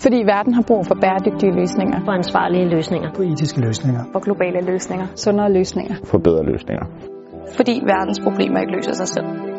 fordi verden har brug for bæredygtige løsninger, for ansvarlige løsninger, på etiske løsninger. for globale løsninger, sundere løsninger, for bedre løsninger. fordi verdens problemer ikke løser sig selv.